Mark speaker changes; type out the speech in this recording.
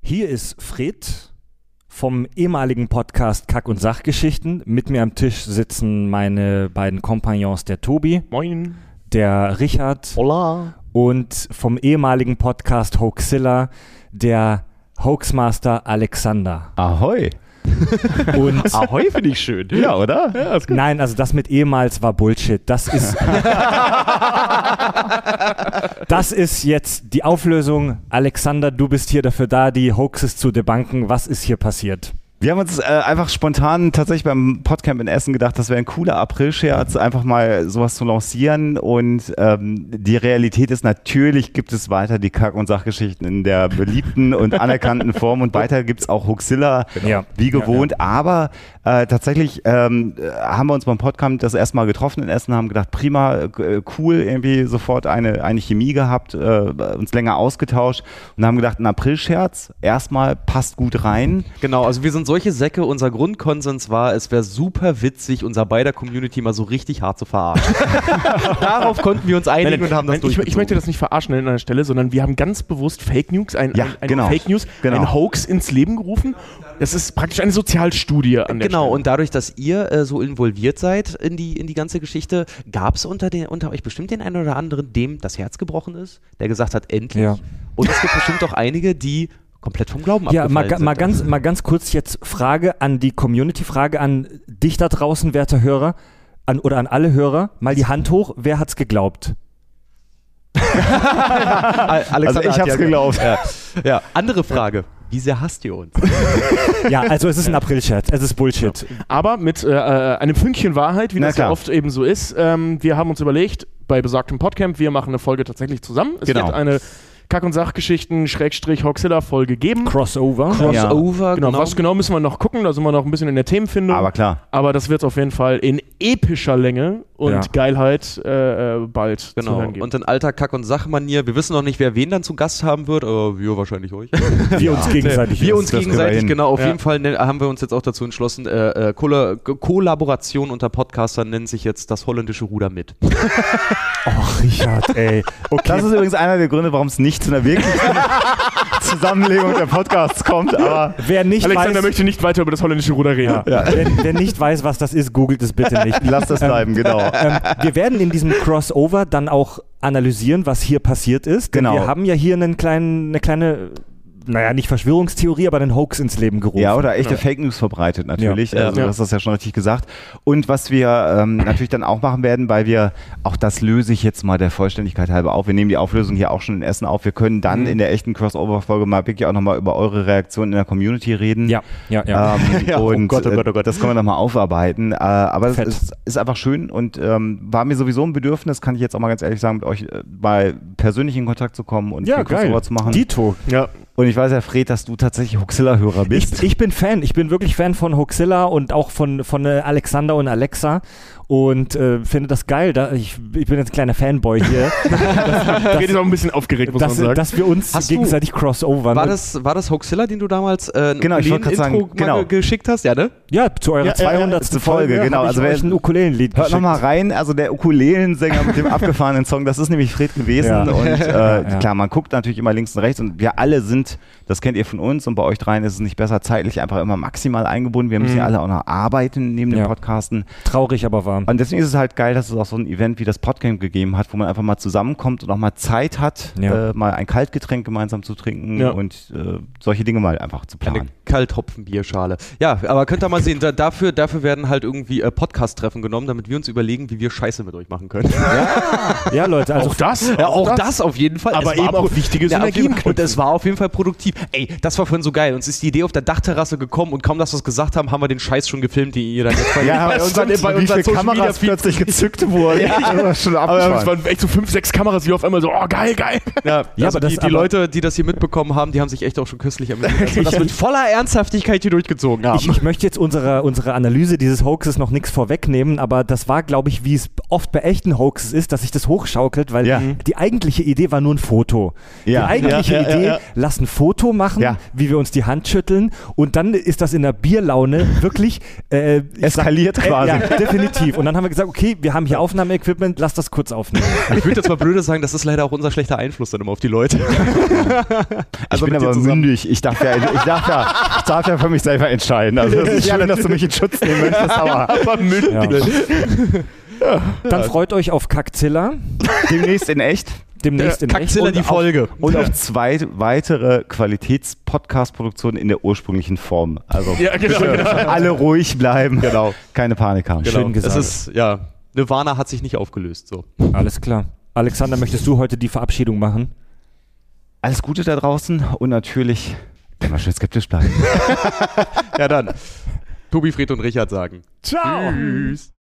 Speaker 1: Hier ist Fred vom ehemaligen Podcast Kack- und Sachgeschichten. Mit mir am Tisch sitzen meine beiden Kompagnons, der Tobi,
Speaker 2: Moin.
Speaker 1: der Richard
Speaker 2: Hola.
Speaker 1: und vom ehemaligen Podcast Hoaxilla, der Hoaxmaster Alexander.
Speaker 3: Ahoi.
Speaker 1: Und
Speaker 2: Ahoi finde ich schön.
Speaker 3: Ja, oder? Ja, ist
Speaker 1: nein, also das mit ehemals war Bullshit. Das ist. das ist jetzt die Auflösung. Alexander, du bist hier dafür da, die Hoaxes zu debanken. Was ist hier passiert?
Speaker 3: Wir haben uns äh, einfach spontan tatsächlich beim Podcamp in Essen gedacht, das wäre ein cooler April-Scherz, einfach mal sowas zu lancieren. Und ähm, die Realität ist natürlich, gibt es weiter die Kack- und Sachgeschichten in der beliebten und anerkannten Form. Und weiter gibt es auch Huxilla,
Speaker 1: Genau. Ja.
Speaker 3: Genau. wie gewohnt. Aber äh, tatsächlich ähm, äh, haben wir uns beim Podcamp das erste Mal getroffen in Essen, haben gedacht, prima, äh, cool, irgendwie sofort eine, eine Chemie gehabt, äh, uns länger ausgetauscht und haben gedacht, ein April-Scherz, erstmal passt gut rein.
Speaker 2: Genau, also wir sind solche Säcke. Unser Grundkonsens war, es wäre super witzig, unser beider Community mal so richtig hart zu verarschen. Darauf konnten wir uns einigen
Speaker 4: Nein,
Speaker 2: und haben das
Speaker 4: nein, ich, ich möchte
Speaker 2: durchgezogen.
Speaker 4: das nicht verarschen an einer Stelle, sondern wir haben ganz bewusst Fake News, ein,
Speaker 3: Ja,
Speaker 4: ein, ein
Speaker 3: genau,
Speaker 4: Fake News,
Speaker 3: genau.
Speaker 4: ein Hoax ins Leben gerufen. Das ist praktisch eine Sozialstudie an der
Speaker 2: Genau,
Speaker 4: Stelle.
Speaker 2: und dadurch, dass ihr äh, so involviert seid in die, in die ganze Geschichte, gab es unter, den- unter euch bestimmt den einen oder anderen, dem das Herz gebrochen ist, der gesagt hat, endlich.
Speaker 1: Ja.
Speaker 2: Und es gibt bestimmt auch einige, die komplett vom Glauben
Speaker 1: Ja,
Speaker 2: abgefallen
Speaker 1: mal, ga-
Speaker 2: sind.
Speaker 1: mal, ganz, mal ganz kurz jetzt Frage an die Community, Frage an dich da draußen, werte Hörer, an, oder an alle Hörer. Mal die Hand hoch, wer hat's geglaubt?
Speaker 3: Also ich hab's geglaubt.
Speaker 2: Ja. Andere Frage. Wie sehr hasst ihr uns?
Speaker 1: Ja, also es ist ein April-Scherz, es ist Bullshit.
Speaker 4: Aber mit äh, äh, einem Fünkchen Wahrheit, wie
Speaker 3: Na
Speaker 4: das
Speaker 3: klar.
Speaker 4: ja oft eben so ist. Ähm, wir haben uns überlegt, bei besagtem Podcamp, wir machen eine Folge tatsächlich zusammen. Es
Speaker 3: Genau.
Speaker 4: wird eine Kack- und Sachgeschichten-Hoxilla-Folge geben.
Speaker 1: Crossover.
Speaker 2: Crossover,
Speaker 4: Genau, was genau müssen wir noch gucken? Da sind wir noch ein bisschen in der Themenfindung.
Speaker 3: Aber klar.
Speaker 4: Aber das wird auf jeden Fall in epischer Länge und
Speaker 1: Ja.
Speaker 4: Geilheit äh, äh, bald zu
Speaker 2: Genau.
Speaker 4: hören geben.
Speaker 2: Und in alter Kack- und Sachmanier. Wir wissen noch nicht, wer wen dann zu Gast haben wird, aber wir wahrscheinlich euch.
Speaker 1: Wir uns gegenseitig.
Speaker 2: wir uns
Speaker 3: das kriegen wir
Speaker 2: gegenseitig,
Speaker 3: hin.
Speaker 2: genau. Auf
Speaker 4: Ja.
Speaker 2: jeden Fall ne- haben wir uns jetzt auch dazu entschlossen, äh, äh, Kolla K- Kollaboration unter Podcastern nennt sich jetzt das holländische Ruder mit.
Speaker 1: Och, Richard, ey. Okay.
Speaker 3: Das ist übrigens einer der Gründe, warum es nicht zu einer wirklichen Zusammenlegung der Podcasts kommt. Aber
Speaker 1: wer nicht
Speaker 4: Alexander
Speaker 1: weiß,
Speaker 4: möchte nicht weiter über das holländische Ruder reden.
Speaker 1: ja. Wer, wer nicht weiß, was das ist, googelt es bitte nicht.
Speaker 3: lass das bleiben, genau.
Speaker 1: ähm, wir werden in diesem Crossover dann auch analysieren, was hier passiert ist. Denn
Speaker 3: Genau.
Speaker 1: Wir haben ja hier einen kleinen, eine kleine, naja, nicht Verschwörungstheorie, aber einen Hoax ins Leben gerufen.
Speaker 3: Ja, oder echte Fake News verbreitet natürlich.
Speaker 1: Ja.
Speaker 3: Also
Speaker 4: Ja.
Speaker 3: du hast das ja schon richtig gesagt. Und was wir ähm, natürlich dann auch machen werden, weil wir, auch das löse ich jetzt mal der Vollständigkeit halber auf, wir nehmen die Auflösung hier auch schon in Essen auf. Wir können dann in der echten Crossover-Folge mal wirklich auch nochmal über eure Reaktion in der Community reden.
Speaker 1: Ja, ja, ja.
Speaker 3: Ähm,
Speaker 2: Ja, oh
Speaker 3: und
Speaker 2: Gott, oh
Speaker 3: äh,
Speaker 2: Gott, oh Gott.
Speaker 3: das können wir nochmal aufarbeiten. Äh, aber es
Speaker 1: Fett.
Speaker 3: ist, ist einfach schön und ähm, war mir sowieso ein Bedürfnis, kann ich jetzt auch mal ganz ehrlich sagen, mit euch äh, mal persönlich in Kontakt zu kommen und
Speaker 4: Ja,
Speaker 3: viel
Speaker 4: geil.
Speaker 3: Crossover zu machen.
Speaker 1: Dito.
Speaker 4: Ja.
Speaker 3: und ich weiß ja, Fred, dass du tatsächlich Huxilla-Hörer bist.
Speaker 1: Ich, ich bin Fan, ich bin wirklich Fan von Hoaxilla und auch von, von äh, Alexander und Alexa und äh, finde das geil. Da, ich, ich bin jetzt ein kleiner Fanboy hier,
Speaker 4: Fred ist auch ein bisschen aufgeregt, muss
Speaker 1: dass,
Speaker 4: man sagen.
Speaker 1: dass wir uns
Speaker 2: Hast du-
Speaker 1: gegenseitig crossovern.
Speaker 2: War das, war das Hoaxilla, den du damals äh,
Speaker 3: Genau, ich wollte gerade sagen,
Speaker 2: Intro mal
Speaker 3: genau.
Speaker 2: ge- geschickt hast? Ja, ne?
Speaker 1: ja, zu eurer
Speaker 3: Ja, ja, ja,
Speaker 1: 200.
Speaker 3: zur Folge, genau.
Speaker 1: Also
Speaker 3: Also wer-
Speaker 1: ich euch ein Ukulelenlied
Speaker 3: Hört
Speaker 1: geschickt.
Speaker 3: nochmal rein, also der Ukulelensänger mit dem abgefahrenen Song, das ist nämlich Fred gewesen.
Speaker 1: Ja.
Speaker 3: Und
Speaker 1: ja.
Speaker 3: äh, klar, man guckt natürlich immer links und rechts und wir alle sind, das kennt ihr von uns und bei euch dreien ist es nicht besser, zeitlich einfach immer maximal eingebunden. Wir müssen ja alle auch noch arbeiten neben
Speaker 1: Ja.
Speaker 3: dem Podcasten.
Speaker 1: Traurig, aber warm.
Speaker 3: Und deswegen ist es halt geil, dass es auch so ein Event wie das Podcamp gegeben hat, wo man einfach mal zusammenkommt und auch mal Zeit hat,
Speaker 1: Ja.
Speaker 3: äh, mal ein Kaltgetränk gemeinsam zu trinken
Speaker 4: Ja.
Speaker 3: und äh, solche Dinge mal einfach zu
Speaker 2: Eine
Speaker 3: planen.
Speaker 2: Kalthopfenbierschale. Ja, aber könnt ihr mal sehen, da, dafür, dafür werden halt irgendwie äh, Podcast-Treffen genommen, damit wir uns überlegen, wie wir Scheiße mit euch machen können.
Speaker 1: Ja, Leute, also
Speaker 4: auch das?
Speaker 2: Ja, auch das, auf jeden Fall.
Speaker 4: Aber
Speaker 2: Es war
Speaker 4: eben auch
Speaker 2: pro-
Speaker 4: wichtige
Speaker 2: Ja, auf
Speaker 4: Synergien
Speaker 2: jeden Fall. Und
Speaker 4: knüpfen.
Speaker 2: es war auf jeden Fall produktiv. Ey, das war vorhin so geil. Uns ist die Idee auf der Dachterrasse gekommen und kaum, dass wir es gesagt haben, haben wir den Scheiß schon gefilmt, den ihr dann jetzt bei
Speaker 3: Ja, bei unseren, bei unseren Social Media plötzlich gezückt wurden. Ja. Das war schon
Speaker 4: Aber es
Speaker 3: abgefahren.
Speaker 4: waren echt so fünf, sechs Kameras, die auf einmal so, oh geil, geil.
Speaker 2: Ja,
Speaker 1: Ja,
Speaker 2: also
Speaker 1: aber das-
Speaker 2: die, die
Speaker 1: aber-
Speaker 2: Leute, die Also das hier mitbekommen haben, die haben sich echt auch schon köstlich amüsiert. dass wir das mit voller Ernsthaftigkeit hier durchgezogen haben.
Speaker 1: Ich, ich möchte jetzt unserer, unserer Analyse dieses Hoaxes noch nichts vorwegnehmen, aber das war, glaube ich, wie es oft bei echten Hoaxes ist, dass sich das hochschaukelt, weil
Speaker 3: Ja.
Speaker 1: die eigentliche Idee war nur ein Foto.
Speaker 3: Ja.
Speaker 1: Die eigentliche
Speaker 3: Ja, ja, ja,
Speaker 1: Idee,
Speaker 3: ja.
Speaker 1: lass ein Foto machen,
Speaker 3: Ja.
Speaker 1: wie wir uns die Hand schütteln und dann ist das in der Bierlaune wirklich äh, ich
Speaker 3: Eskaliert
Speaker 1: sag,
Speaker 3: quasi.
Speaker 1: Äh, ja, definitiv. Und dann haben wir gesagt, okay, wir haben hier Aufnahmeequipment, lass das kurz aufnehmen.
Speaker 2: Ich würde jetzt mal blöde sagen, das ist leider auch unser schlechter Einfluss dann immer auf die Leute.
Speaker 3: Also ich bin
Speaker 2: mit dir
Speaker 3: aber
Speaker 2: zusammen.
Speaker 3: mündig. Ich darf, ja, ich, darf ja, ich darf ja für mich selber entscheiden. Also es ist schön, dass du mich in Schutz nehmen möchtest, aber
Speaker 2: Aber mündig.
Speaker 1: Ja. Dann freut euch auf Kackzilla,
Speaker 3: demnächst in echt.
Speaker 1: demnächst in echt.
Speaker 2: Kackzilla,
Speaker 1: Und
Speaker 2: die
Speaker 1: auf-
Speaker 2: Folge.
Speaker 3: Und auf zwei weitere Qualitäts-Podcast-Produktionen in der ursprünglichen Form. Also
Speaker 4: Ja, genau. genau.
Speaker 3: alle ruhig bleiben. Genau. Keine Panik haben.
Speaker 1: Schön gesagt.
Speaker 2: Es Genau. ist, ja, Nirvana hat sich nicht aufgelöst. So.
Speaker 1: Alles klar. Alexander, möchtest du heute die Verabschiedung machen?
Speaker 3: Alles Gute da draußen und natürlich immer schön skeptisch bleiben.
Speaker 2: Ja, dann. Tobi, Fred und Richard sagen.
Speaker 1: Ciao!
Speaker 2: Tschüss.